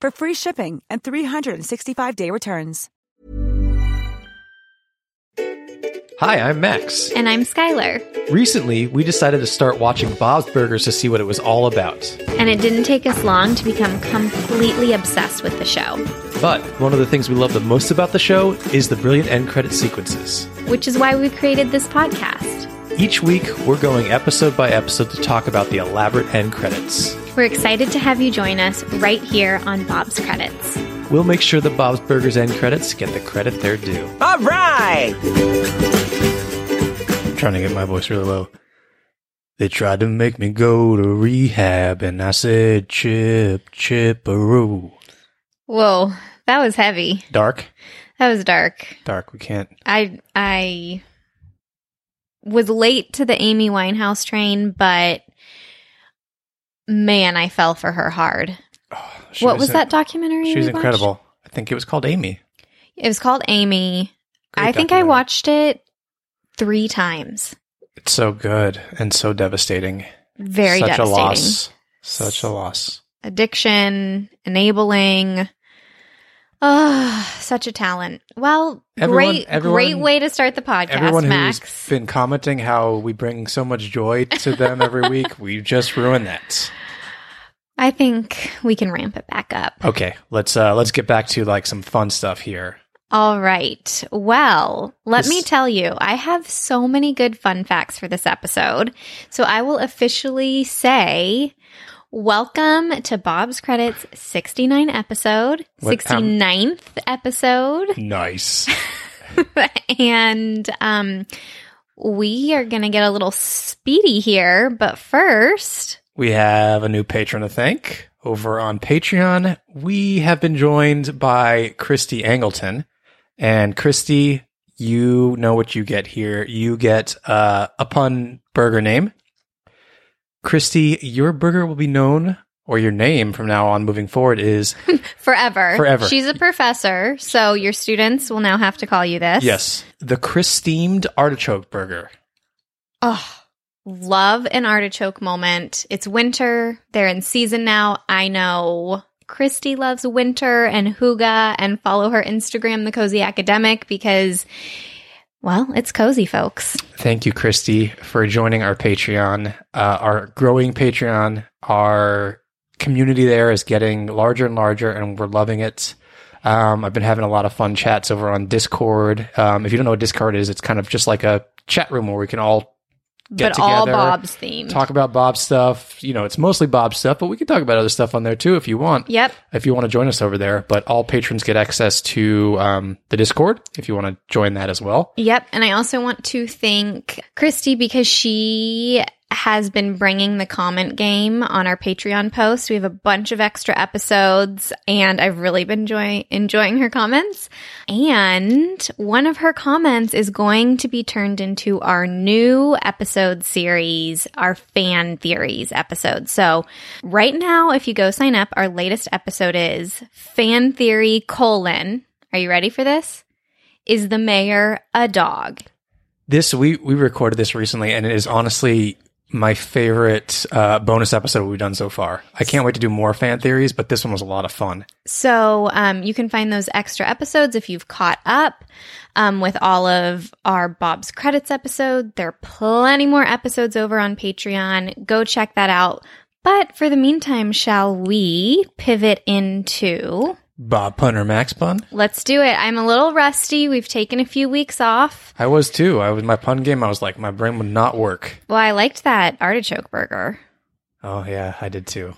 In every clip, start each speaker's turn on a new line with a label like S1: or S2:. S1: for free shipping and 365-day returns.
S2: Hi, I'm Max.
S3: And I'm Skylar.
S2: Recently, we decided to start watching Bob's Burgers to see what it was all about.
S3: And it didn't take us long to become completely obsessed with the show,
S2: But one of the things we love the most about the show is the brilliant end credit sequences.
S3: which is why we created this podcast.
S2: Each week, we're going episode by episode to talk about the elaborate end credits.
S3: We're excited to have you join us right here on Bob's Credits.
S2: We'll make sure the Bob's Burgers end credits get the credit they're due.
S4: All right.
S5: trying to get my voice really low. They tried to make me go to rehab, and I said, "Chip, chipperoo."
S3: Whoa, that was heavy.
S5: Dark,
S3: That was dark.
S5: dark. We can't.
S3: I I was late to the Amy Winehouse train, but man, I fell for her hard.
S5: Oh, She
S3: what was
S5: in-
S3: that documentary?
S5: She
S3: we
S5: was
S3: watched?
S5: incredible. I think it was called Amy.
S3: It was called Amy.
S5: Great
S3: I think I
S5: documentary.
S3: watched it three times.
S5: It's so good and so devastating.
S3: Very
S5: Such
S3: devastating.
S5: a loss. Such a loss.
S3: Addiction, enabling. Ah, such a talent. Well,
S5: Everyone-
S3: great,
S5: everyone-
S3: great way to start the podcast,
S5: Everyone who's
S3: Max.
S5: been commenting how we bring so much joy to them every week, we just ruin that.
S3: I think we can ramp it back up.
S5: Okay, let's uh let's get back to like some fun stuff here.
S3: All right. Well, let me
S5: This-
S3: tell you, I have so many good fun facts for this episode. So I will officially say welcome to Bob's Credits 69 episode,
S5: What- how-
S3: 69th episode.
S5: Nice.
S3: and um we are going to get a little speedy here, but first,
S5: We have a new patron to thank over on Patreon. We have been joined by Christy Angleton. And Christy, you know what you get here. You get uh, a pun burger name. Christy, your burger will be known, or your name from now on moving forward is
S3: forever.
S5: Forever.
S3: She's a professor, so your students will now have to call you this.
S5: yes, the Chris steamed artichoke burger.
S3: Oh, love an artichoke moment. It's winter. They're in season now. I know Christy loves winter and Huga and follow her Instagram, The Cozy Academic, because, well, it's cozy, folks.
S5: Thank you, Christy, for joining our Patreon, uh, our growing Patreon. Our community there is getting larger and larger, and we're loving it. Um, I've been having a lot of fun chats over on Discord. Um, if you don't know what Discord is, it's kind of just like a chat room where we can all
S3: but
S5: get
S3: all
S5: together,
S3: Bob's themed.
S5: talk about Bob stuff. You know, it's mostly Bob stuff, but we can talk about other stuff on there too if you want.
S3: Yep.
S5: If you want to join us over there, but all patrons get access to um, the Discord if you want to join that as well.
S3: Yep. And I also want to thank Christy because she has been bringing the comment game on our Patreon post. We have a bunch of extra episodes, and I've really been enjoy- enjoying her comments. And one of her comments is going to be turned into our new episode series, our fan theories episode. So, right now, if you go sign up, our latest episode is fan theory colon. Are you ready for this? is the mayor a dog?
S5: this we we recorded this recently and it is honestly my favorite uh, bonus episode we've done so far i can't wait to do more fan theories but this one was a lot of fun
S3: So um, you can find those extra episodes if you've caught up um, with all of our Bob's Credits episode. There are plenty more episodes over on Patreon. Go check that out. But for the meantime, shall we pivot into
S5: Bob pun or Max pun?
S3: Let's do it. I'm a little rusty. We've taken a few weeks off.
S5: I was too. I was my pun game. I was like, my brain would not work.
S3: Well, I liked that artichoke burger.
S5: Oh yeah, I did too.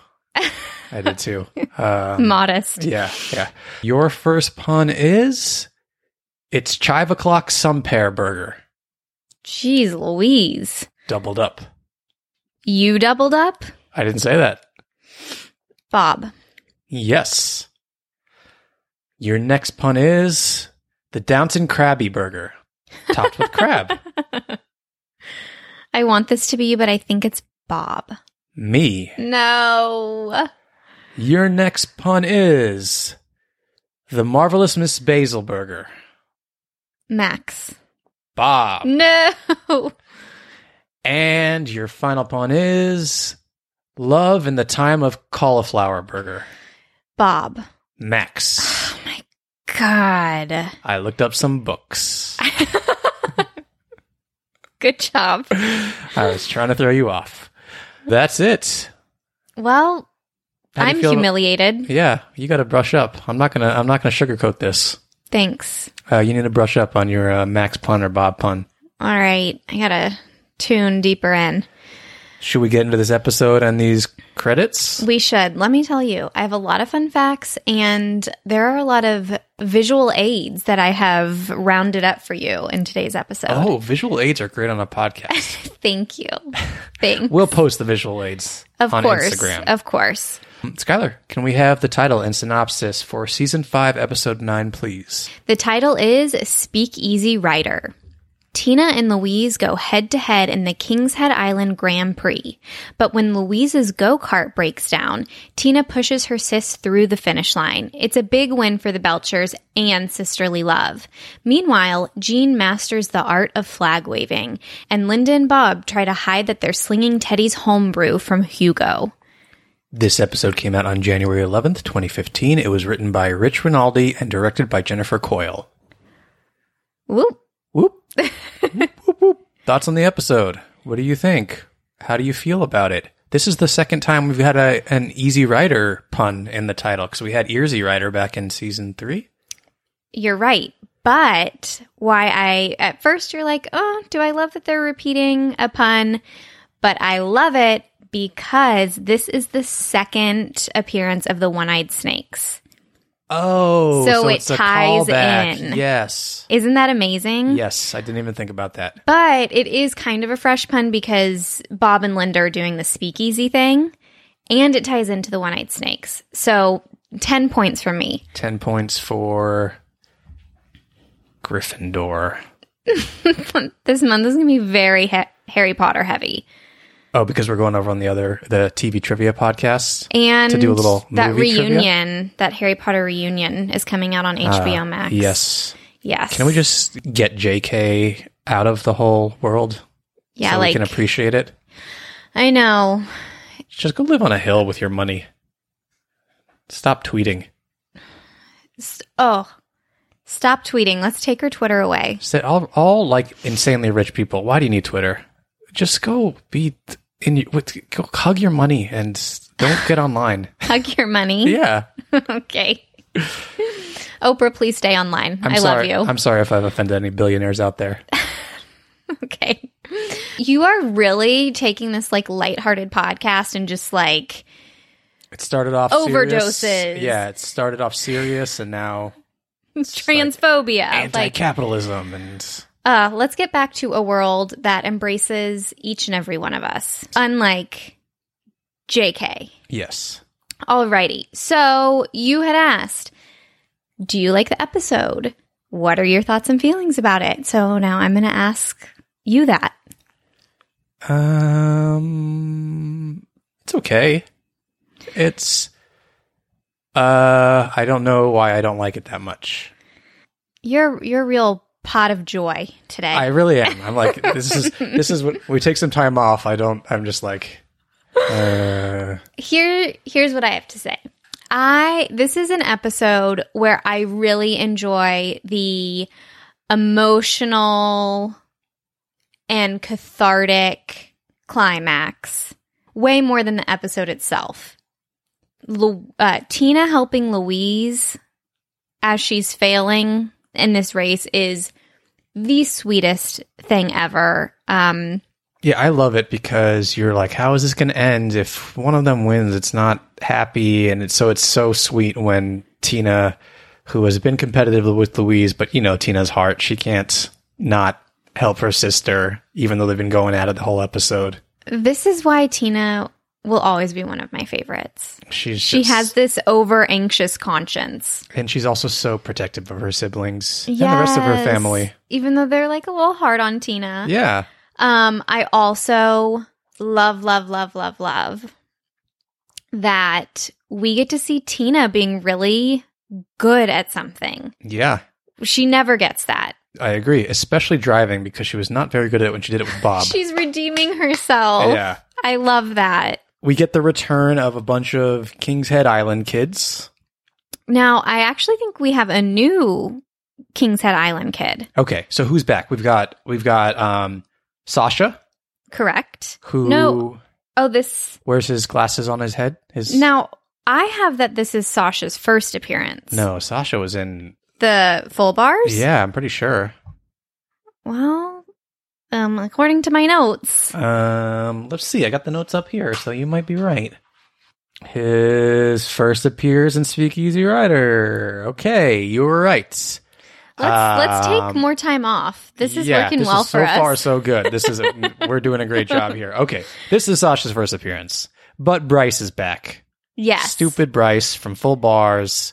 S5: I did too. Um,
S3: Modest.
S5: Yeah, yeah. Your first pun is it's chive o'clock some pair burger
S3: Jeez Louise.
S5: doubled up.
S3: You doubled up?
S5: I didn't say that.
S3: Bob.
S5: Yes. Your next pun is the Downton Krabby Burger, topped with crab.
S3: I want this to be you, but I think it's Bob.
S5: Me.
S3: No.
S5: Your next pun is the marvelous Miss Basil Burger,
S3: Max.
S5: Bob.
S3: No.
S5: And your final pun is love in the time of cauliflower burger,
S3: Bob.
S5: Max.
S3: God.
S5: I looked up some books.
S3: Good job.
S5: I was trying to throw you off. That's it.
S3: Well,
S5: How do you
S3: I'm
S5: feel-
S3: humiliated.
S5: Yeah, you got to brush up. I'm not gonna. I'm not gonna sugarcoat this.
S3: Thanks.
S5: Uh, you need to brush up on your uh, Max pun or Bob pun.
S3: All right. I got to tune deeper in.
S5: Should we get into this episode and these credits?
S3: We should. Let me tell you, I have a lot of fun facts, and there are a lot of visual aids that I have rounded up for you in today's episode.
S5: Oh, visual aids are great on a podcast.
S3: Thank you. Thanks.
S5: we'll post the visual aids
S3: of
S5: on
S3: course.
S5: Instagram. Hmm,
S3: Of course.
S5: Skylar, can we have the title and synopsis for season five, episode nine, please?
S3: The title is Speakeasy Rider. Tina and Louise go head to head in the Kings Head Island Grand Prix. But when Louise's go kart breaks down, Tina pushes her sis through the finish line. It's a big win for the Belchers and sisterly love. Meanwhile, Jean masters the art of flag waving, and Linda and Bob try to hide that they're slinging Teddy's homebrew from Hugo.
S5: This episode came out on January 11th, 2015. It was written by Rich Rinaldi and directed by Jennifer Coyle.
S3: Whoop.
S5: Whoop. Whoop, whoop, whoop. Thoughts on the episode? What do you think? How do you feel about it? This is the second time we've had a, an Easy Rider pun in the title because we had Earsy Rider back in season three.
S3: You're right. But why I, at first, you're like, oh, do I love that they're repeating a pun? But I love it because this is the second appearance of the one eyed snakes.
S5: Oh,
S3: So it ties in.
S5: Yes.
S3: Isn't that amazing?
S5: Yes, I didn't even think about that.
S3: But it is kind of a fresh pun because Bob and Linda are doing the speakeasy thing and it ties into the one eyed snakes. So 10 points from me.
S5: 10 points for Gryffindor.
S3: This month is going to be very ha- Harry Potter heavy.
S5: Oh, because we're going over on the other the TV trivia podcast.
S3: and
S5: to do a little
S3: that
S5: movie trivia? Uh,
S3: reunion that harry potter reunion is coming out on hbo max
S5: Yes.
S3: yes
S5: Can we just get JK out of the whole world
S3: yeah
S5: so
S3: like
S5: we can appreciate it?
S3: i know
S5: Just go live on a hill with your money. Stop tweeting.
S3: S- oh stop tweeting let's take her twitter away
S5: Said all all like insanely rich people. Why do you need Twitter? Just go be t- in your, with- go hug your money and s- don't get online.
S3: hug your money
S5: yeah.
S3: okay oprah please stay online i love
S5: sorry.
S3: you
S5: I'm sorry if I've offended any billionaires out there.
S3: okay you are really taking this like lighthearted podcast and just like
S5: It started off
S3: Overdoses.
S5: Serious. Yeah, it started off serious and now
S3: transphobia Uh, like
S5: anti-capitalism and
S3: Uh, let's get back to a world that embraces each and every one of us, unlike JK.
S5: yes.
S3: Alrighty. So you had asked, do you like the episode? What are your thoughts and feelings about it? So now I'm going to ask you that.
S5: Um, it's okay. It's uh, I don't know why I don't like it that much.
S3: You're you're a real pot of joy today.
S5: I really am. I'm like this is this is what we take some time off. I don't. I'm just like. Uh,
S3: here here's what I have to say. I this is an episode where I really enjoy the emotional and cathartic climax way more than the episode itself. Lu- uh, Tina helping Louise as she's failing in this race is the sweetest thing ever. Um,
S5: Yeah, I love it because you're like, how is this going to end? If one of them wins, it's not happy, and it's, so it's so sweet when Tina, who has been competitive with Louise, but you know Tina's heart, she can't not help her sister, even though they've been going at it the whole episode.
S3: this is why Tina will always be one of my favorites.
S5: She's
S3: She
S5: just-
S3: has this over anxious conscience.
S5: and she's also so protective of her siblings and the rest of her
S3: Yes.
S5: family.
S3: Even though they're like a little hard on Tina.
S5: Yeah,
S3: Um, I also love, love, love, love, love that we get to see Tina being really good at something.
S5: yeah,
S3: She never gets that.
S5: I agree. Especially driving because she was not very good at it when she did it with Bob.
S3: She's redeeming herself.
S5: yeah.
S3: I love that.
S5: We get the return of a bunch of King's Head Island kids.
S3: Now, I actually think we have a new King's Head Island kid,
S5: Okay, so who's back? We've got we've got um Sasha
S3: correct?
S5: who
S3: No. Oh, this.
S5: wears his glasses on his head. His
S3: Now, I have that this is Sasha's first appearance.
S5: no, Sasha was in.
S3: The full bars?
S5: Yeah, I'm pretty sure.
S3: Well, um, according to my notes,
S5: Um, let's see. I got the notes up here, so you might be right. His first appears in Speakeasy Rider. Okay, you were right.
S3: let's let's take
S5: Um,
S3: more time off. This is
S5: Yeah,
S3: working
S5: this
S3: well
S5: is so
S3: for us.
S5: far, so good. This is a, we're doing a great job here. Okay, this is Sasha's first appearance, but Bryce is back.
S3: yes,
S5: Stupid Bryce from Full Bars.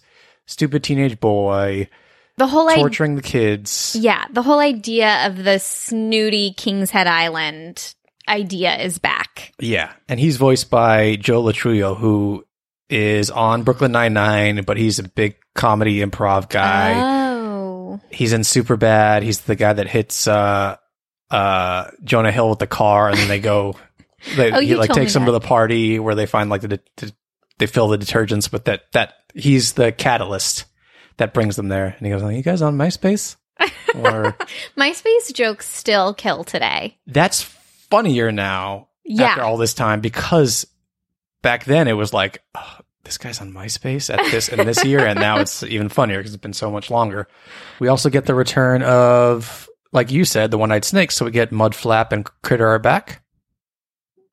S5: Stupid teenage boy
S3: The whole idea,
S5: torturing the kids.
S3: yeah, the whole idea of the snooty King's Head Island idea is back.
S5: Yeah, and he's voiced by Joe Latrullo, who is on Brooklyn Nine Nine, but he's a big comedy improv guy.
S3: oh,
S5: he's in Super Bad. He's the guy that hits uh, uh, Jonah Hill with the car, and then they go. They,
S3: Oh,
S5: he
S3: you
S5: like
S3: told me
S5: takes them to
S3: that.
S5: the party where they find like the, det- det- they fill the detergents, but that that he's the catalyst that brings them there. And he goes, "Are you guys on MySpace?" or
S3: MySpace jokes still kill today.
S5: that's funnier now
S3: Yeah.
S5: after all this time because back then it was like "Ugh, this guy's on MySpace at this and this year, and now it's even funnier because it's been so much longer. We also get the return of, like you said, the one-eyed snake. So we get Mudflap and Critter are back.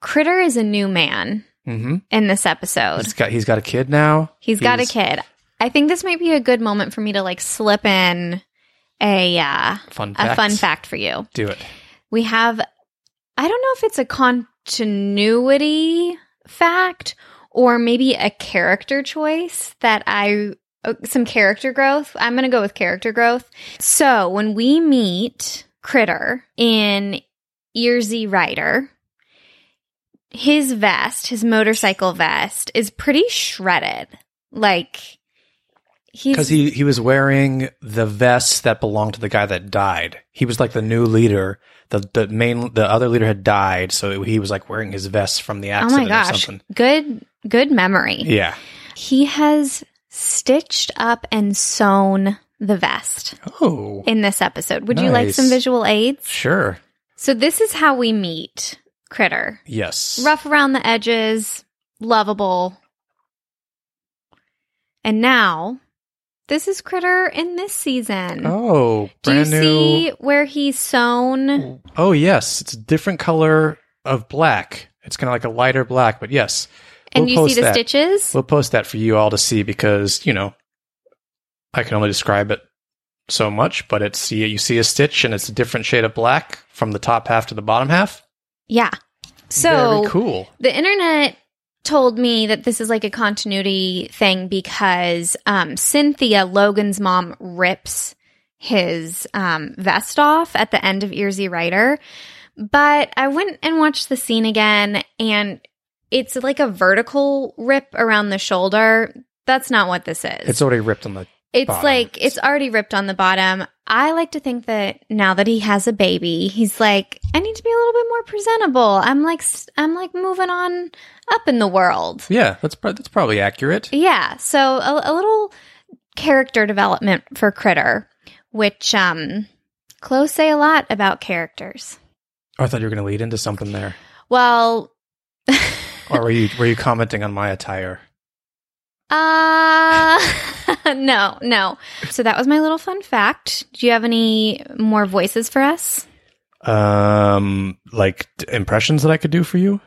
S3: Critter is a new man
S5: Mm-hmm.
S3: in this episode.
S5: He's got he's got a kid now.
S3: he's got a kid. I think this might be a good moment for me to like slip in a uh,
S5: Fun fact.
S3: a fun fact for you.
S5: Do it.
S3: we have i don't know if it's a continuity fact or maybe a character choice that i uh, some character growth i'm gonna go with character growth so when we meet critter in earsy rider his vest his motorcycle vest is pretty shredded like
S5: Because
S3: he's
S5: he, he was wearing the vest that belonged to the guy that died. He was like the new leader. The the main the other leader had died, so he was like wearing his vest from the
S3: oh
S5: accident
S3: my
S5: or
S3: gosh
S5: something.
S3: good good memory
S5: Yeah.
S3: He has stitched up and sewn the vest
S5: Oh.
S3: in this episode. Would you like
S5: Nice.
S3: some visual aids?
S5: sure.
S3: So, this is how we meet Critter
S5: Yes.
S3: rough around the edges, lovable. And now, this is Critter in this season.
S5: Oh,
S3: Do you
S5: brand new.
S3: see where he's sewn?
S5: Oh yes, it's a different color of black. It's kind of like a lighter black, but yes.
S3: And
S5: We'll
S3: you see
S5: post
S3: the
S5: that.
S3: stitches?
S5: We'll post that for you all to see because you know I can only describe it so much, but it's you, you see a stitch and it's a different shade of black from the top half to the bottom half.
S3: yeah. So,
S5: Very cool.
S3: the internet told me that this is like a continuity thing because um, Cynthia Logan's mom rips his um, vest off at the end of Earsy Rider, but I went and watched the scene again, and it's like a vertical rip around the shoulder. That's not what this is.
S5: It's already ripped on the
S3: It's
S5: bottom.
S3: like it's already ripped on the bottom. I like to think that now that he has a baby, he's like, I need to be a little bit more presentable. I'm like, s- I'm like moving on up in the world.
S5: Yeah, that's pro- that's probably accurate.
S3: Yeah. So a, a little character development for Critter, which um, clothes say a lot about characters.
S5: Oh, I thought you were going to lead into something there.
S3: Well,
S5: Or were you were you commenting on my attire?
S3: Uh, no, no. So that was my little fun fact. Do you have any more voices for us?
S5: Um, like d- impressions that I could do for you?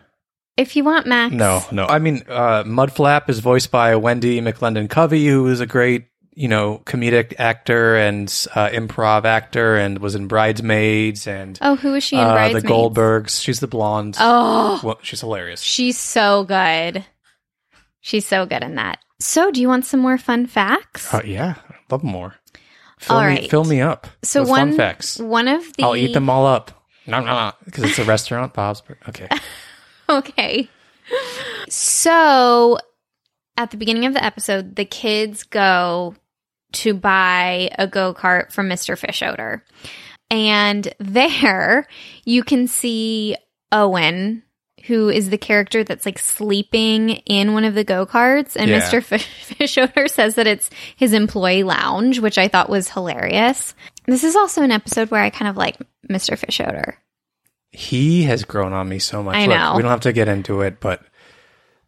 S3: If you want, Max.
S5: No, no. I mean, uh, Mudflap is voiced by Wendy McLendon Covey, who is a great, you know, comedic actor and uh, improv actor, and was in Bridesmaids and
S3: Oh, who is she in
S5: uh,
S3: Bridesmaids?
S5: the Goldbergs. She's the blonde.
S3: Oh,
S5: Well, she's hilarious.
S3: she's so good. She's so good in that. So, do you want some more fun facts?
S5: Uh, yeah, love 'em more. Fill
S3: All
S5: me,
S3: right.
S5: fill me up.
S3: so
S5: with
S3: one
S5: fun facts.
S3: one of the
S5: I'll eat them all up. No, no, no, because it's a restaurant, Bob's. Bur- Okay.
S3: Okay. So at the beginning of the episode, the kids go to buy a go kart from Mr. Fish Odor. And there you can see Owen, who is the character that's like sleeping in one of the go karts. And
S5: Yeah.
S3: Mr. Fish, Fish Odor says that it's his employee lounge, which I thought was hilarious. This is also an episode where I kind of like Mr. Fish Odor.
S5: He has grown on me so much.
S3: I know.
S5: we don't have to get into it, but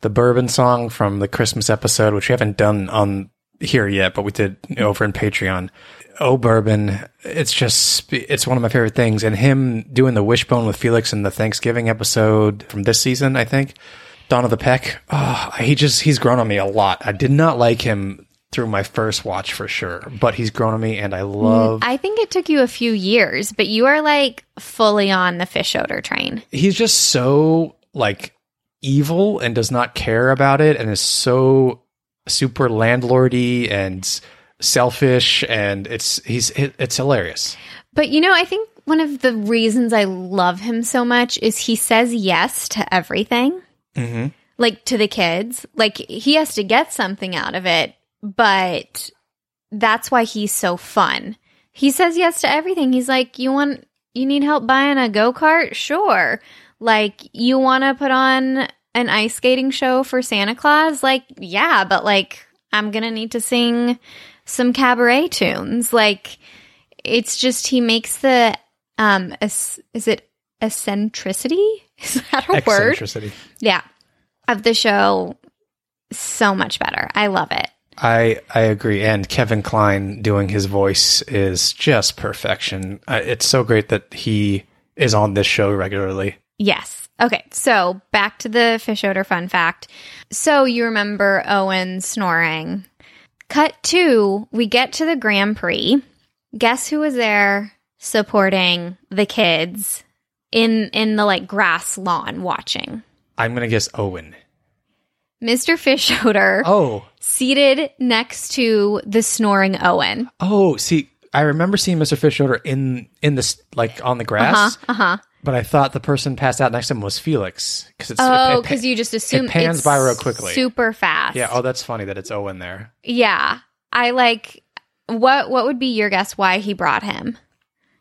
S5: the bourbon song from the Christmas episode, which we haven't done on here yet, but we did over in Patreon. Oh, bourbon! It's just it's one of my favorite things, and him doing the wishbone with Felix in the Thanksgiving episode from this season, I think. Dawn of the Peck. Oh, he just he's grown on me a lot. I did not like him through my first watch for sure, but he's grown on me, and I love.
S3: I think it took you a few years, but you are like fully on the fish odor train.
S5: he's just so like evil and does not care about it and is so super landlordy and selfish and it's he's it, it's hilarious
S3: But you know, I think one of the reasons I love him so much is he says yes to everything, like to the kids. Like he has to get something out of it, but that's why he's so fun. He says yes to everything. He's like, you want, you need help buying a go kart? Sure. Like, you want to put on an ice skating show for Santa Claus? Like, yeah, but like, I'm going to need to sing some cabaret tunes. Like, it's just he makes the um es- is it eccentricity is that a word
S5: eccentricity
S3: yeah of the show so much better i love it
S5: i i agree and kevin klein doing his voice is just perfection I, it's so great that he is on this show regularly
S3: yes okay so back to the fish odor fun fact so you remember owen snoring cut two we get to the grand prix guess who was there supporting the kids in in the like grass lawn watching
S5: i'm gonna guess owen
S3: mr fish odor
S5: oh
S3: seated next to the snoring Owen.
S5: oh see i remember seeing mr fish odor in in this like on the grass
S3: Uh huh.
S5: But I thought the person passed out next to him was Felix because it's
S3: Oh,
S5: it- it-
S3: because you just assume
S5: it pans
S3: it's
S5: by real quickly.
S3: super fast.
S5: yeah. Oh, that's funny that it's Owen there.
S3: yeah. I like. What What would be your guess why he brought him?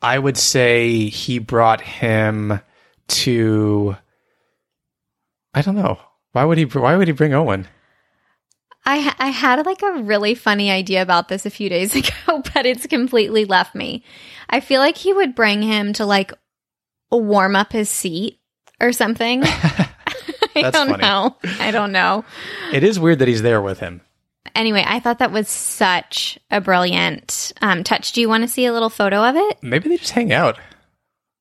S5: I would say he brought him to. I don't know why would he why would he bring Owen?
S3: I ha- I had like a really funny idea about this a few days ago, but it's completely left me. I feel like he would bring him to like warm up his seat or something. I
S5: That's
S3: don't
S5: funny.
S3: know. I don't know.
S5: It is weird that he's there with him.
S3: anyway, I thought that was such a brilliant um, touch. Do you want to see a little photo of it?
S5: Maybe they just hang out,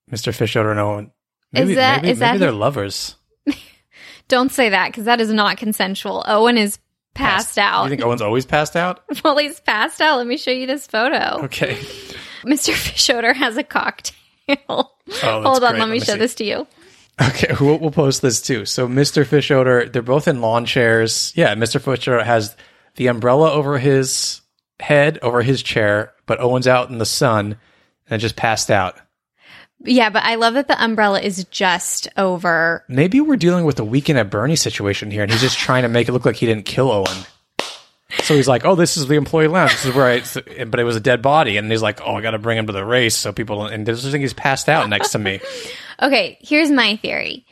S5: Mister Fish Odor and Owen. Maybe,
S3: Is that-
S5: maybe,
S3: is
S5: maybe
S3: that
S5: they're
S3: his-
S5: lovers.
S3: Don't say that because that is not consensual. Owen is passed
S5: You
S3: out.
S5: think Owen's always passed out?
S3: well, he's passed out. Let me show you this photo.
S5: Okay.
S3: Mr. Fish odor has a cocktail. Hold on,
S5: Oh, great.
S3: let me,
S5: Let me
S3: show
S5: see.
S3: this to you.
S5: Okay, we'll, we'll post this too. So, Mr. Fish Odor, they're both in lawn chairs. Yeah, Mr. Fish Odor has the umbrella over his head, over his chair, but Owen's out in the sun and just passed out.
S3: Yeah, but I love that the umbrella is just over.
S5: Maybe we're dealing with a weekend at Bernie situation here, and he's just trying to make it look like he didn't kill Owen. So he's like, "Oh, this is the employee lounge. This is where I." But it was a dead body, and he's like, "Oh, I got to bring him to the race so people." don't-" And this thing he's passed out next to me.
S3: Okay, here's my theory.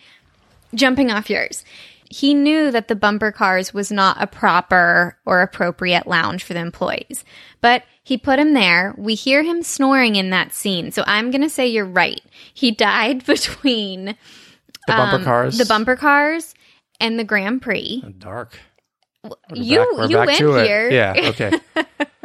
S3: Jumping off yours. He knew that the bumper cars was not a proper or appropriate lounge for the employees, but he put him there. We hear him snoring in that scene, so I'm going to say you're right. He died between Um,
S5: The bumper cars.
S3: the bumper cars and the Grand Prix.
S5: Dark.
S3: you
S5: back- we're
S3: you
S5: back
S3: went
S5: to it.
S3: here. Um,
S5: Yeah, okay.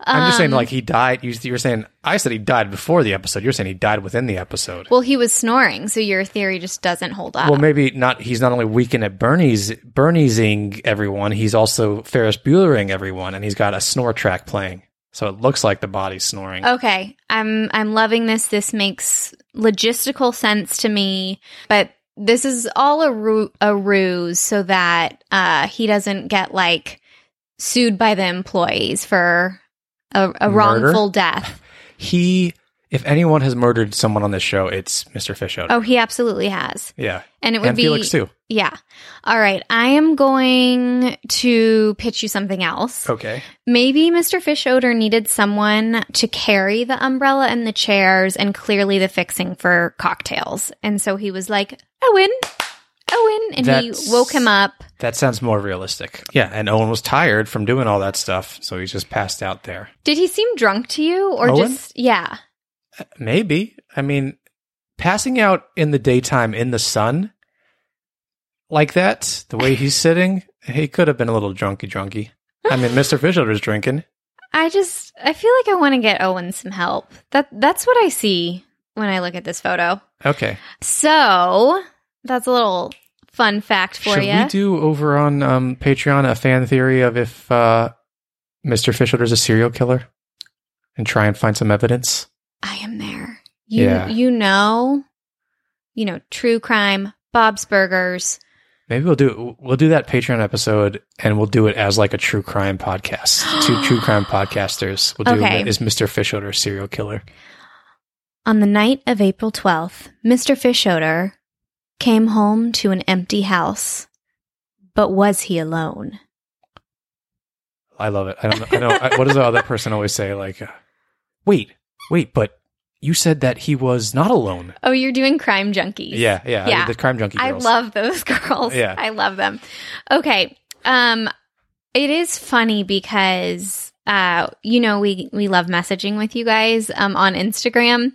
S5: I'm just saying, like he died. You, you were saying I said he died before the episode. You're saying he died within the episode.
S3: Well, he was snoring, so your theory just doesn't hold up.
S5: Well, maybe not. He's not only weakened at Bernie's Bernie'sing everyone. He's also Ferris Buellering everyone, and he's got a snore track playing. So it looks like the body's snoring.
S3: Okay, I'm I'm loving this. This makes logistical sense to me, but this is all a, ru- a ruse so that uh, he doesn't get like sued by the employees for a, a
S5: Murder?
S3: wrongful death.
S5: He, if anyone has murdered someone on this show, it's Mr. Fishout.
S3: Oh, he absolutely has,
S5: yeah,
S3: and it would
S5: and
S3: be
S5: Felix too.
S3: Yeah. All right, I am going to pitch you something else.
S5: Okay,
S3: Maybe Mr. Fish Odor needed someone to carry the umbrella and the chairs and clearly the fixing for cocktails. And so he was like, Owen, Owen. And
S5: That's-
S3: he woke him up.
S5: that sounds more realistic. Yeah, and Owen was tired from doing all that stuff, so he's just passed out there.
S3: Did he seem drunk to you or
S5: Owen?
S3: just, yeah.
S5: Maybe. I mean, passing out in the daytime in the sun like that, the way he's sitting, he could have been a little drunky drunky. I mean, Mr. Fisher's drinking.
S3: I just, I feel like I want to get Owen some help. That That's what I see when I look at this photo.
S5: Okay.
S3: So that's a little fun fact for
S5: Should
S3: you.
S5: we do over on um, Patreon a fan theory of if uh, Mr. Fisher's a serial killer and try and find some evidence?
S3: I am there. You
S5: Yeah.
S3: you know, you know, true crime, Bob's Burgers.
S5: Maybe we'll do we'll do that Patreon episode and we'll do it as like a true crime podcast. Two true crime podcasters. We'll do
S3: Okay.
S5: is Mr. Fisher a serial killer?
S3: On the night of April 12th, Mr. Fish Odor came home to an empty house. But was he alone?
S5: I love it. I don't know. I know I, what does the other person always say? Like, uh, wait, wait, but you said that he was not alone.
S3: Oh, you're doing crime junkies.
S5: Yeah, yeah.
S3: Yeah.
S5: The crime junkie.
S3: I
S5: girls.
S3: love those girls.
S5: Yeah.
S3: I love them. Okay. Um it is funny because uh you know we we love messaging with you guys um on Instagram.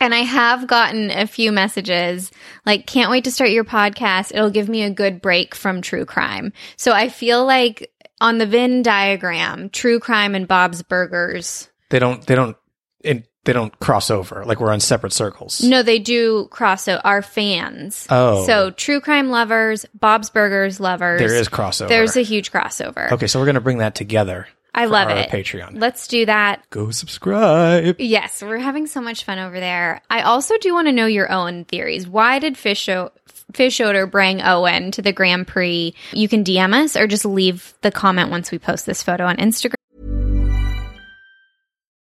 S3: And I have gotten a few messages like can't wait to start your podcast. It'll give me a good break from true crime. So I feel like on the Venn diagram, true crime and Bob's Burgers.
S5: They don't. They don't. It, they don't cross over. Like we're on separate circles.
S3: No, they do crossover. Our fans.
S5: Oh.
S3: So true crime lovers, Bob's Burgers lovers.
S5: there is crossover.
S3: There's a huge crossover.
S5: Okay, so we're gonna bring that together.
S3: I
S5: for
S3: love
S5: our
S3: it.
S5: Patreon.
S3: Let's do that.
S5: Go subscribe.
S3: Yes, we're having so much fun over there. I also do want to know your own theories. Why did Fish, o- Fish Odor bring Owen to the Grand Prix? You can DM us or just leave the comment once we post this photo on Instagram.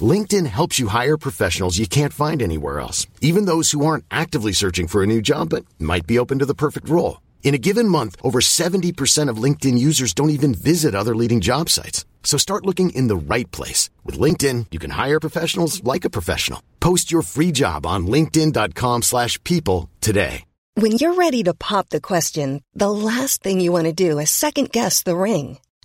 S6: LinkedIn helps you hire professionals you can't find anywhere else, even those who aren't actively searching for a new job but might be open to the perfect role. In a given month, over 70% of LinkedIn users don't even visit other leading job sites. So start looking in the right place. With LinkedIn, you can hire professionals like a professional. Post your free job on linkedin.com/people slash people today.
S7: When you're ready to pop the question, the last thing you want to do is second guess the ring.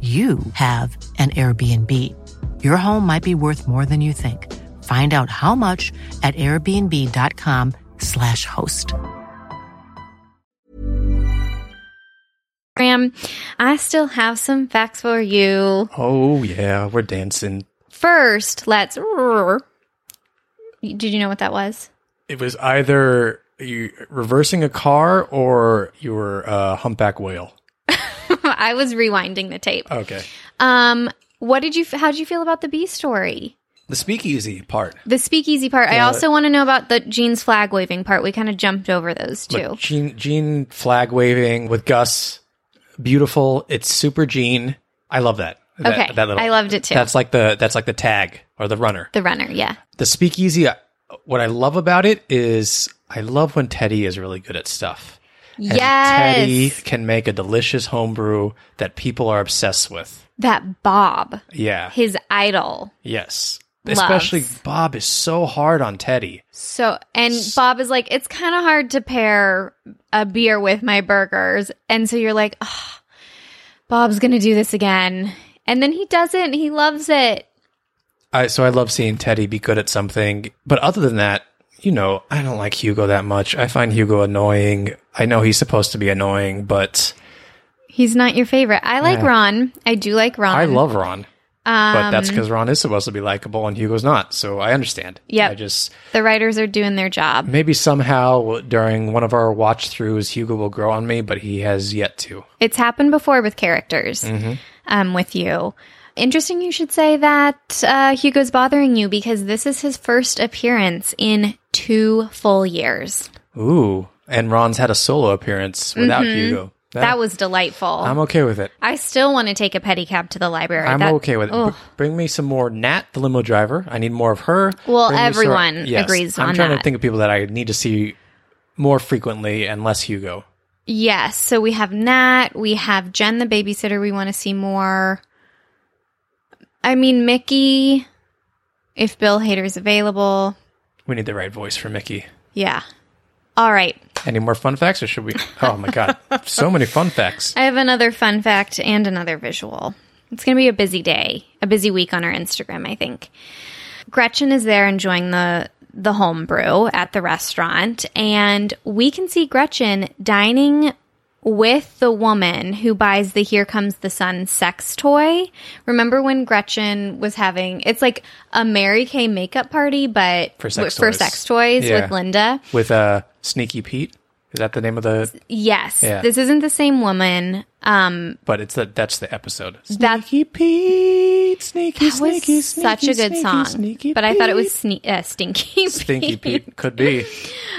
S8: you have an Airbnb. Your home might be worth more than you think. Find out how much at airbnb.com/slash host.
S3: Graham, I still have some facts for you.
S5: Oh, yeah, we're dancing.
S3: First, let's. Did you know what that was?
S5: It was either you reversing a car or you were a humpback whale.
S3: I was rewinding the tape.
S5: Okay.
S3: Um, what did you? How did you feel about the B story?
S5: The speakeasy part.
S3: The speakeasy part. I
S5: Yeah.
S3: also want to know about the Jean's flag waving part. We kind of jumped over those two.
S5: Look, Gene, Gene flag waving with Gus. Beautiful. It's super Gene. I love that. That-
S3: Okay.
S5: that little-
S3: I loved it too.
S5: That's like the that's like the tag or the runner.
S3: the runner, yeah.
S5: The speakeasy. I- What I love about it is I love when Teddy is really good at stuff. And
S3: Yes.
S5: Teddy can make a delicious homebrew that people are obsessed with.
S3: That Bob,
S5: Yeah.
S3: his idol.
S5: yes.
S3: Loves.
S5: Especially Bob is so hard on Teddy.
S3: So, and Bob is like, it's kind of hard to pair a beer with my burgers. And so you're like, "Ah, Bob's going to do this again. And then he doesn't. He loves it.
S5: I so I love seeing Teddy be good at something, but other than that, you know, I don't like Hugo that much. I find Hugo annoying. I know he's supposed to be annoying, but
S3: He's not your favorite. I like
S5: Yeah.
S3: Ron. I do like Ron.
S5: I love Ron. but that's
S3: Um,
S5: because Ron is supposed to be likable and Hugo's not. So I understand.
S3: Yep.
S5: I just
S3: the writers are doing their job.
S5: maybe somehow during one of our watch throughs, Hugo will grow on me, but he has yet to.
S3: It's happened before with characters.
S5: Mhm.
S3: um, with you. Interesting, you should say that uh, Hugo's bothering you because this is his first appearance in two full years.
S5: Ooh, and Ron's had a solo appearance without
S3: Mhm.
S5: Hugo.
S3: That, was delightful.
S5: I'm okay with it.
S3: I still want to take a pedicab to the library.
S5: I'm
S3: That- oh,
S5: okay with it.
S3: Ugh.
S5: Br- bring me some more Nat, the limo driver. I need more of her.
S3: Well,
S5: Bring me some-
S3: everyone agrees
S5: I'm
S3: on
S5: trying
S3: that.
S5: to think of people that I need to see more frequently and less Hugo.
S3: Yes. So we have Nat. We have Jen, the babysitter. We want to see more. I mean, Mickey, if Bill Hader's available.
S5: We need the right voice for Mickey.
S3: Yeah. All right.
S5: Any more fun facts, or should we? Oh my god, so many fun facts.
S3: I have another fun fact and another visual. It's going to be a busy day, a busy week on our Instagram, I think. Gretchen is there enjoying the the home brew at the restaurant and we can see Gretchen dining with the woman who buys the Here Comes the Sun sex toy. Remember when Gretchen was having it's like a Mary Kay makeup party but
S5: For sex
S3: for
S5: toys.
S3: sex toys
S5: Yeah.
S3: with Linda.
S5: With uh, Sneaky Pete, is that the name of the?
S3: Yes.
S5: Yeah.
S3: This isn't the same woman. Um
S5: But it's the that's the episode.
S3: Sneaky
S5: Pete, sneaky,
S3: that
S5: sneaky,
S3: was such a
S5: sneaky,
S3: good
S5: sneaky,
S3: song,
S5: sneaky
S3: but I thought it was sne- uh, Stinky.
S5: Stinky
S3: Pete.
S5: Pete could be.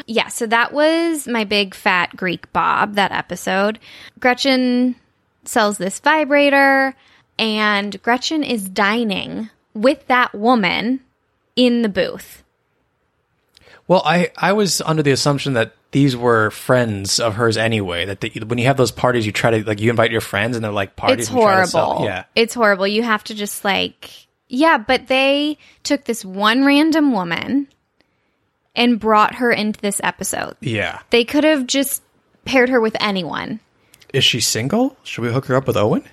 S3: Yeah, so that was my big fat Greek Bob that episode. Gretchen sells this vibrator, and Gretchen is dining with that woman in the booth.
S5: Well, I, I was under the assumption that these were friends of hers anyway. That they, when you have those parties, you try to like you invite your friends and they're like parties.
S3: it's
S5: and try to sell-
S3: horrible.
S5: Yeah,
S3: It's horrible. You have to just like, yeah, but they took this one random woman and brought her into this episode.
S5: yeah.
S3: They could have just paired her with anyone.
S5: Is she single? Should we hook her up with Owen?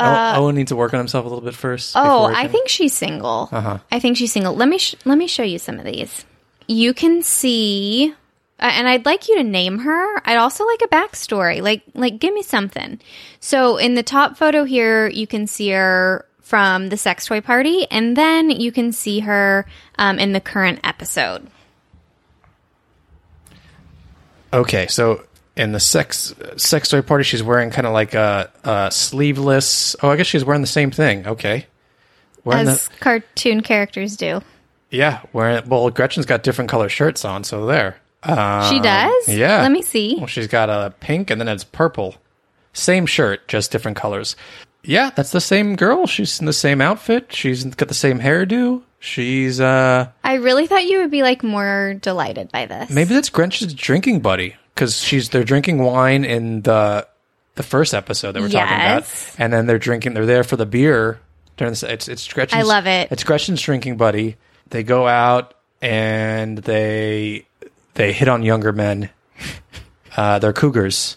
S5: O-
S3: Uh,
S5: Owen needs to work on himself a little bit first.
S3: Oh, I think she's single.
S5: Uh-huh.
S3: I think she's single. Let me sh- let me show you some of these. You can see, uh, and I'd like you to name her. I'd also like a backstory. Like like give me something. So in the top photo here, you can see her from the sex toy party, and then you can see her um, in the current episode.
S5: Okay, so in the sex sex toy party, she's wearing kind of like a, a sleeveless. Oh, I guess she's wearing the same thing. Okay, wearing
S3: as
S5: the
S3: cartoon characters do.
S5: yeah, wearing. Well, Gretchen's got different color shirts on, so there. Um,
S3: She does?
S5: Yeah.
S3: Let me see.
S5: Well, she's got a pink and then it's purple. Same shirt, just different colors. Yeah, that's the same girl. She's in the same outfit. She's got the same hairdo. She's uh
S3: I really thought you would be like more delighted by this.
S5: maybe that's Gretchen's drinking buddy because she's they're drinking wine in the the first episode that we're
S3: Yes.
S5: talking about, and then they're drinking. They're there for the beer. During this, it's it's Gretchen's.
S3: I love it.
S5: It's Gretchen's drinking buddy. They go out and they they hit on younger men. Uh, they're cougars,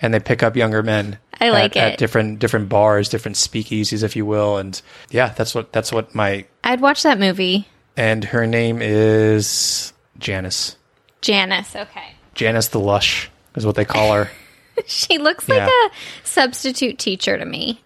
S5: and they pick up younger men.
S3: I like
S5: at,
S3: it.
S5: at different different bars, different speakeasies, if you will, and yeah, that's what that's what my
S3: I'd watch that movie.
S5: and her name is Janice.
S3: Janice, okay.
S5: Janice the Lush is what they call her.
S3: she looks like
S5: Yeah.
S3: a substitute teacher to me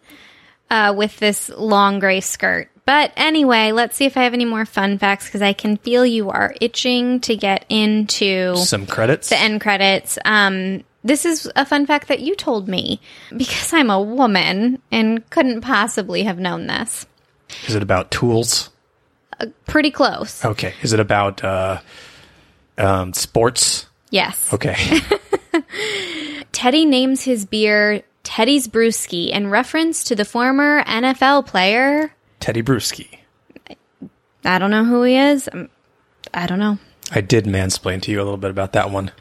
S3: uh, with this long gray skirt. But anyway, let's see if I have any more fun facts because I can feel you are itching to get into
S5: Some credits?
S3: the end credits. Um, this is a fun fact that you told me because I'm a woman and couldn't possibly have known this.
S5: Is it about tools?
S3: Pretty close.
S5: Okay. Is it about uh, um, sports?
S3: Yes.
S5: Okay.
S3: Teddy names his beer Teddy's Brewski in reference to the former NFL player.
S5: Teddy Bruschi.
S3: I don't know who he is. Um, I don't know.
S5: I did mansplain to you a little bit about that one.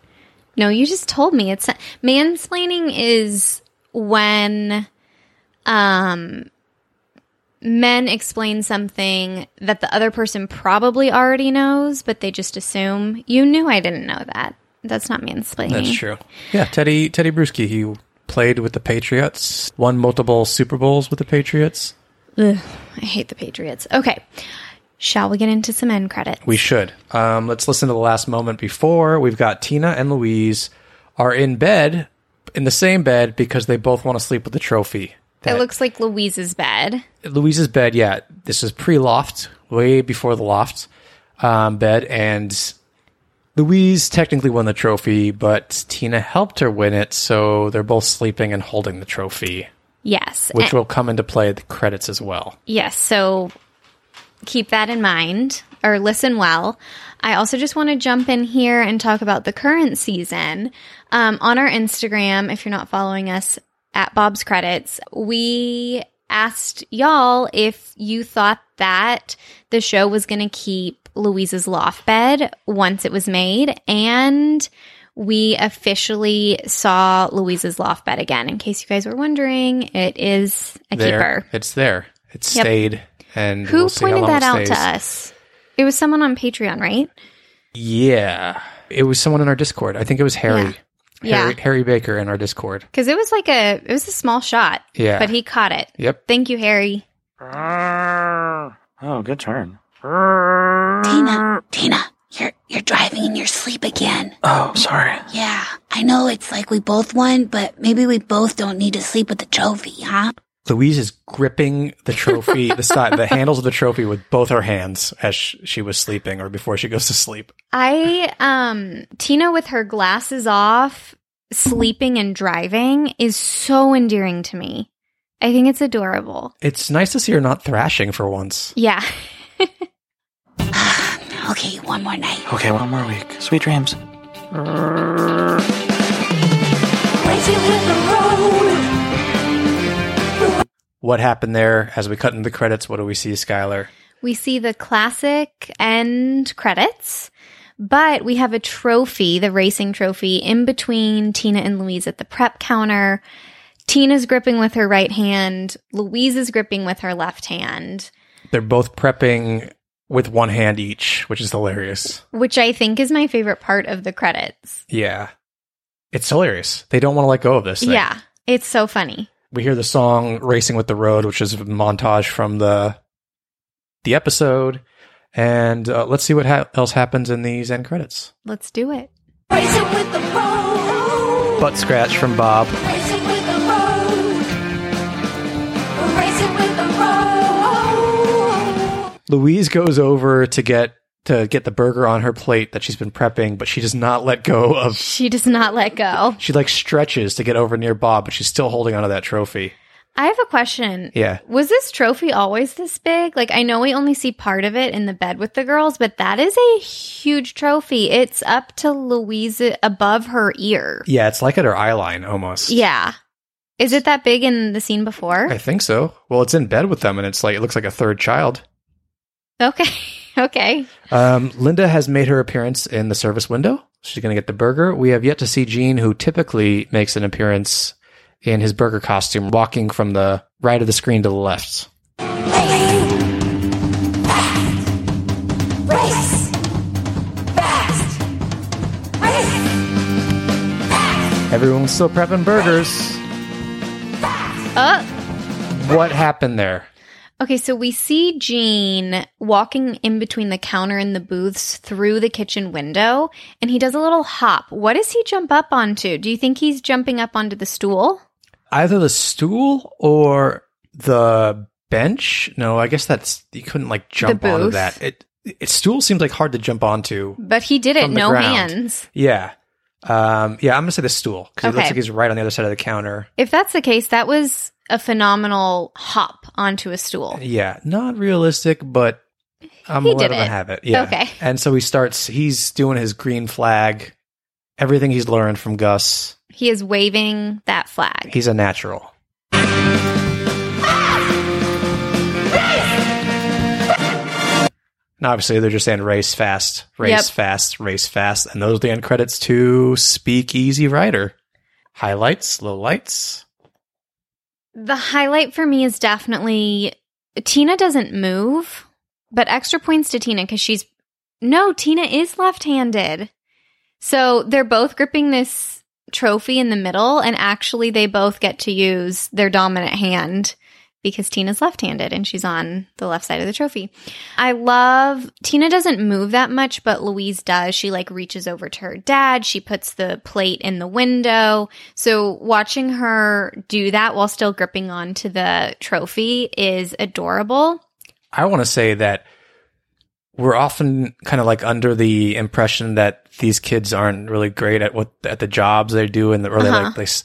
S3: No, you just told me it's mansplaining is when um men explain something that the other person probably already knows, but they just assume. You knew I didn't know that. That's not mansplaining.
S5: That's true. Yeah, Teddy Teddy Bruschi. He played with the Patriots, won multiple Super Bowls with the Patriots.
S3: Ugh, I hate the Patriots. Okay. Shall we get into some end credits?
S5: We should. Um, let's listen to the last moment before. We've got Tina and Louise are in bed, in the same bed, because they both want to sleep with the trophy.
S3: it looks like Louise's bed.
S5: Louise's bed, yeah, this is pre loft, way before the loft um, bed. And Louise technically won the trophy, but Tina helped her win it. So they're both sleeping and holding the trophy,
S3: Yes.
S5: which
S3: And-
S5: will come into play at the credits as well.
S3: Yes, so keep that in mind or listen well. I also just want to jump in here and talk about the current season. Um, on our Instagram, if you're not following us at Bob's Credits, we asked y'all if you thought that the show was going to keep Louise's loft bed once it was made. And we officially saw Louise's loft bed again. In case you guys were wondering, it is a
S5: there,
S3: keeper.
S5: It's there. It
S3: Yep.
S5: stayed. And
S3: Who
S5: we'll see how
S3: pointed
S5: long it
S3: that out to
S5: stays.
S3: us? It was someone on Patreon, right?
S5: Yeah. It was someone in our Discord. I think it was Harry.
S3: Yeah.
S5: Harry,
S3: Yeah.
S5: Harry Baker in our Discord.
S3: Because it was like a it was a small shot.
S5: Yeah.
S3: But he caught it.
S5: Yep.
S3: Thank you, Harry.
S9: Oh, good turn.
S10: Tina, Tina, you're you're driving in your sleep again.
S9: Oh, sorry.
S10: Yeah, I know it's like we both won, but maybe we both don't need to sleep with the trophy, huh?
S5: Louise is gripping the trophy, the side, the handles of the trophy with both her hands as sh- she was sleeping or before she goes to sleep.
S3: I um Tina with her glasses off, sleeping and driving is so endearing to me. I think it's adorable.
S5: It's nice to see her not thrashing for once.
S3: Yeah.
S10: Okay, one more night.
S9: Okay, one more week. Sweet dreams.
S5: What happened there? As we cut into the credits, what do we see, Skylar?
S3: We see the classic end credits, but we have a trophy, the racing trophy, in between Tina and Louise at the prep counter. Tina's gripping with her right hand, Louise is gripping with her left hand,
S5: They're both prepping with one hand each, which is hilarious.
S3: which I think is my favorite part of the credits.
S5: Yeah. It's hilarious. They don't want to let go of this thing.
S3: Yeah, it's so funny.
S5: we hear the song "Racing with the Road," which is a montage from the the episode, and uh, let's see what ha- else happens in these end credits.
S3: Let's do it.
S5: Butt scratch from Bob. Louise goes over to get to get the burger on her plate that she's been prepping, but she does not let go of.
S3: She does not let go.
S5: She like stretches to get over near Bob, but she's still holding onto that trophy.
S3: I have a question.
S5: Yeah.
S3: Was this trophy always this big? Like, I know we only see part of it in the bed with the girls, but that is a huge trophy. It's up to Louise above her ear.
S5: Yeah, it's like at her eye line almost.
S3: Yeah. Is it that big in the scene before?
S5: I think so. Well, it's in bed with them, and it's like it looks like a third child.
S3: Okay. okay.
S5: Um, Linda has made her appearance in the service window. She's going to get the burger. We have yet to see Gene, who typically makes an appearance in his burger costume, walking from the right of the screen to the left. Everyone's still prepping burgers.
S3: Oh,
S5: What happened there?
S3: Okay, so we see Gene walking in between the counter and the booths through the kitchen window, and he does a little hop. What does he jump up onto? Do you think he's jumping up onto the stool?
S5: Either the stool or the bench. No, I guess that's you couldn't like jump
S3: The
S5: onto
S3: booth.
S5: that. It, it stool seems like hard to jump onto.
S3: But he did it,
S5: From the
S3: no
S5: ground.
S3: hands.
S5: Yeah, um, yeah. I'm gonna say the stool because it looks
S3: Okay.
S5: like he's right on the other side of the counter.
S3: If that's the case, that was a phenomenal hop onto a stool.
S5: Yeah, not realistic, but I'm
S3: He
S5: gonna let
S3: did
S5: him
S3: it.
S5: have it. Yeah.
S3: Okay.
S5: And so he starts. He's doing his green flag. Everything he's learned from Gus.
S3: He is waving that flag.
S5: He's a natural. And obviously, they're just saying race fast, race
S3: Yep.
S5: fast, race fast. And those are the end credits to Speakeasy Rider. Highlights, low lights.
S3: The highlight for me is definitely Tina doesn't move, but extra points to Tina because she's no, Tina is left handed. So they're both gripping this trophy in the middle, and actually, they both get to use their dominant hand because Tina's left handed and she's on the left side of the trophy. I love Tina doesn't move that much, but Louise does. She like reaches over to her dad, she puts the plate in the window. So watching her do that while still gripping onto the trophy is adorable.
S5: I want to say that we're often kind of like under the impression that these kids aren't really great at what at the jobs they do, and the, or they
S3: Uh-huh.
S5: like they s-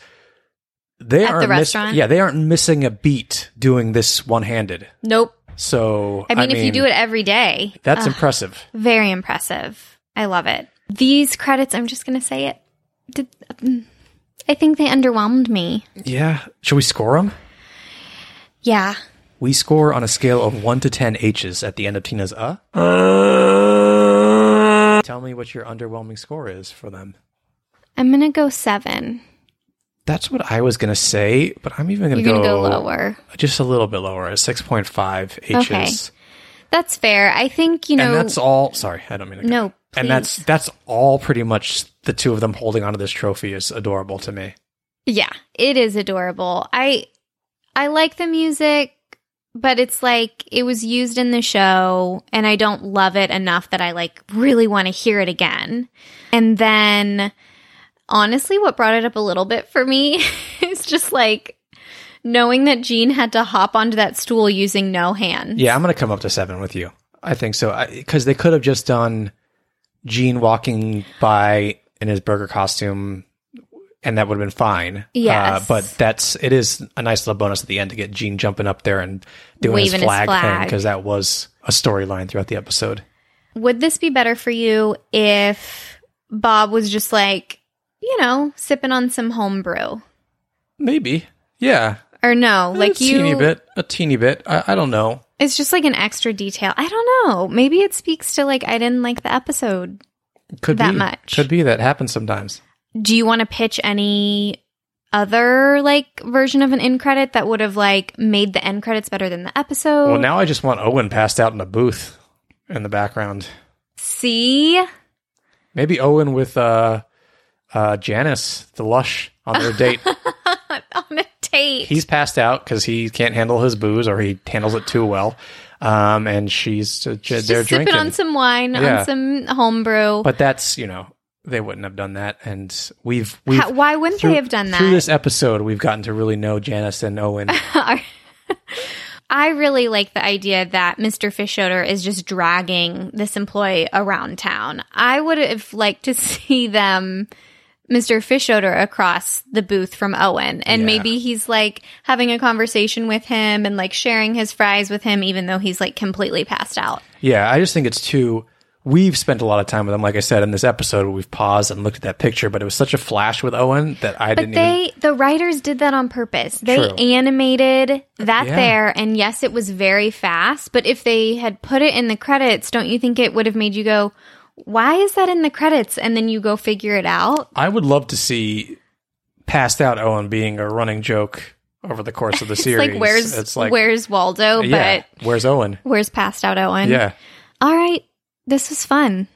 S5: they
S3: At the
S5: aren't miss-
S3: restaurant?
S5: yeah, they aren't missing a beat doing this one handed.
S3: Nope.
S5: So
S3: I mean, if you do it every day,
S5: that's
S3: uh,
S5: impressive.
S3: Very impressive. I love it. These credits, I'm just going to say it. Did, mm, I think they underwhelmed me.
S5: Yeah, should we score them?
S3: Yeah.
S5: We score on a scale of one to ten H's at the end of Tina's uh. Tell me what your underwhelming score is for them.
S3: I'm going to go seven.
S5: That's what I was gonna say, but I'm even gonna,
S3: You're gonna
S5: go,
S3: go lower.
S5: just a little bit lower, at six point five H's,
S3: Okay. That's fair. I think, you know.
S5: and that's all. Sorry, I don't mean to.
S3: No,
S5: and that's that's all. Pretty much the two of them holding onto this trophy is adorable to me.
S3: Yeah, it is adorable. I I like the music, but it's like it was used in the show and I don't love it enough that I like really want to hear it again. And then honestly what brought it up a little bit for me is just like knowing that Gene had to hop onto that stool using no hand.
S5: Yeah, I'm gonna come up to seven with you. I think so because they could have just done Gene walking by in his burger costume, and that would have been fine. Uh,
S3: Yes.
S5: but that's it is a nice little bonus at the end to get Gene jumping up there and doing
S3: Waving
S5: his
S3: his
S5: flag, thing
S3: flag.
S5: because that was a storyline throughout the episode.
S3: Would this be better for you if Bob was just like, you know, sipping on some homebrew?
S5: Maybe, yeah,
S3: Or no, like
S5: a
S3: you
S5: Eh, teeny bit, a teeny bit. I, I don't know.
S3: It's just like an extra detail. I don't know. Maybe it speaks to like I didn't like the episode.
S5: Could
S3: That
S5: be.
S3: much.
S5: Could be that happens sometimes.
S3: Do you want to pitch any other like version of an end credit that would have like made the end credits better than the episode?
S5: Well, now I just want Owen passed out in a booth in the background.
S3: See?
S5: Maybe Owen with uh, uh, Janice, the lush, on their date.
S3: On a date.
S5: He's passed out because he can't handle his booze or he handles it too well. Um, and she's uh, j-
S3: Just
S5: they're
S3: sipping
S5: drinking.
S3: on some wine,
S5: Yeah.
S3: on some homebrew.
S5: but that's you know they wouldn't have done that, and we've we've
S3: How- why wouldn't
S5: through-
S3: they have done that?
S5: through this episode? We've gotten to really know Janice and Owen.
S3: I really like the idea that Mr. Fishoder is just dragging this employee around town. I would have liked to see them, Mr. Fishoder, across the booth from Owen. And
S11: Yeah.
S3: maybe he's like having a conversation with him and like sharing his fries with him, even though he's like completely passed out.
S5: Yeah, I just think it's too. We've spent a lot of time with him. Like I said in this episode, we've paused and looked at that picture, but it was such a flash with Owen that I
S3: But
S5: didn't
S3: they,
S5: even.
S3: the writers did that on purpose. They
S5: True.
S3: animated that
S5: Yeah.
S3: there, and yes, it was very fast. But if they had put it in the credits, don't you think it would have made you go, "Why is that in the credits?" And then you go figure it out.
S5: I would love to see passed out Owen being a running joke over the course of the
S3: It's
S5: series.
S3: like where's
S5: It's like,
S3: where's Waldo,
S5: yeah, where's Owen?
S3: but where's passed out Owen?
S5: Yeah,
S3: All right, this was fun.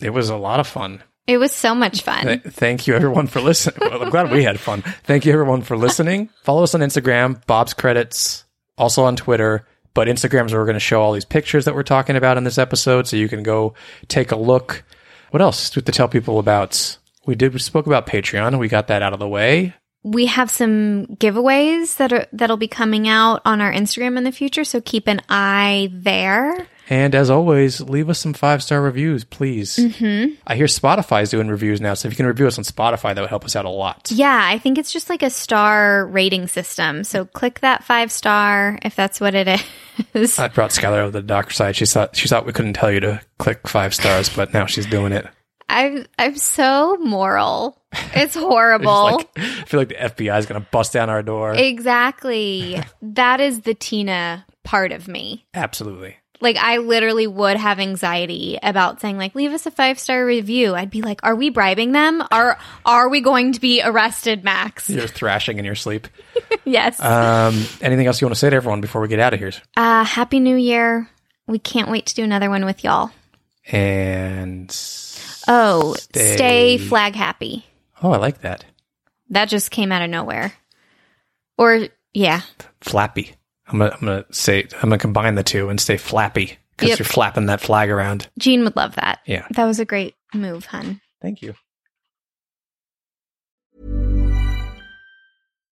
S5: it was a lot of fun.
S3: It was so much fun.
S5: Th- thank you, everyone, for listening. Well, I'm glad we had fun. Thank you, everyone, for listening. Follow us on Instagram, Bob's Credits, also on Twitter. But Instagram's where we're going to show all these pictures that we're talking about in this episode, so you can go take a look. What else to tell people about? We did we spoke about Patreon. We got that out of the way.
S3: we have some giveaways that are that'll be coming out on our Instagram in the future, so keep an eye there.
S5: And as always, leave us some five star reviews, please.
S3: Mhm.
S5: I hear Spotify's doing reviews now, so if you can review us on Spotify, that would help us out a lot.
S3: Yeah, I think it's just like a star rating system. So click that five star if that's what it is.
S5: I brought Skylar over to the doctor's side. She thought she thought we couldn't tell you to click five stars, but now she's doing it.
S3: I'm I'm so moral. It's horrible.
S5: It's just like- uh, I feel like the FBI is going to bust down our door.
S3: exactly. that is the Tina part of me.
S5: Absolutely.
S3: Like I literally would have anxiety about saying like leave us a five star review. I'd be like, are we bribing them? Are are we going to be arrested, Max?
S5: You're thrashing in your sleep.
S3: yes.
S5: Um, anything else you want to say to everyone before we get out of here?
S3: Uh, happy New Year. We can't wait to do another one with y'all.
S5: And
S3: Oh,
S5: Stay-
S3: stay, flag happy.
S5: oh, I like that
S3: That just came out of nowhere. Or, yeah.
S5: flappy. I'm gonna, I'm gonna say I'm gonna combine the two and say flappy because
S3: Yep.
S5: you're flapping that flag around.
S3: Gene would love that.
S5: Yeah.
S3: That was a great move, hun.
S5: Thank you.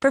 S1: for